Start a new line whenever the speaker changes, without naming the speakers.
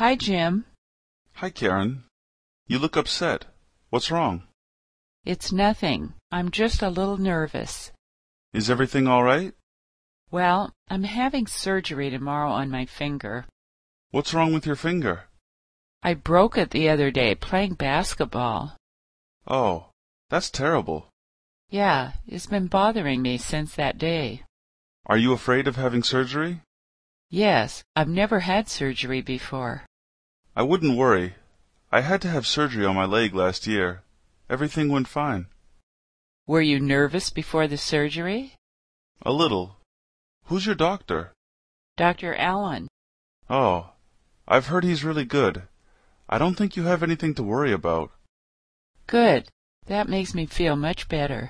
Hi, Jim.
Hi, Karen. You look upset. What's wrong?
It's nothing. I'm just a little nervous.
Is everything all right?
Well, I'm having surgery tomorrow on my finger.
What's wrong with your finger?
I broke it the other day playing basketball.
Oh, that's terrible.
Yeah, it's been bothering me since that day.
Are you afraid of having surgery?
Yes, I've never had surgery before.
I wouldn't worry. I had to have surgery on my leg last year. Everything went fine.
Were you nervous before the surgery?
A little. Who's your doctor?
Dr. Allen.
Oh, I've heard he's really good. I don't think you have anything to worry about.
Good. That makes me feel much better.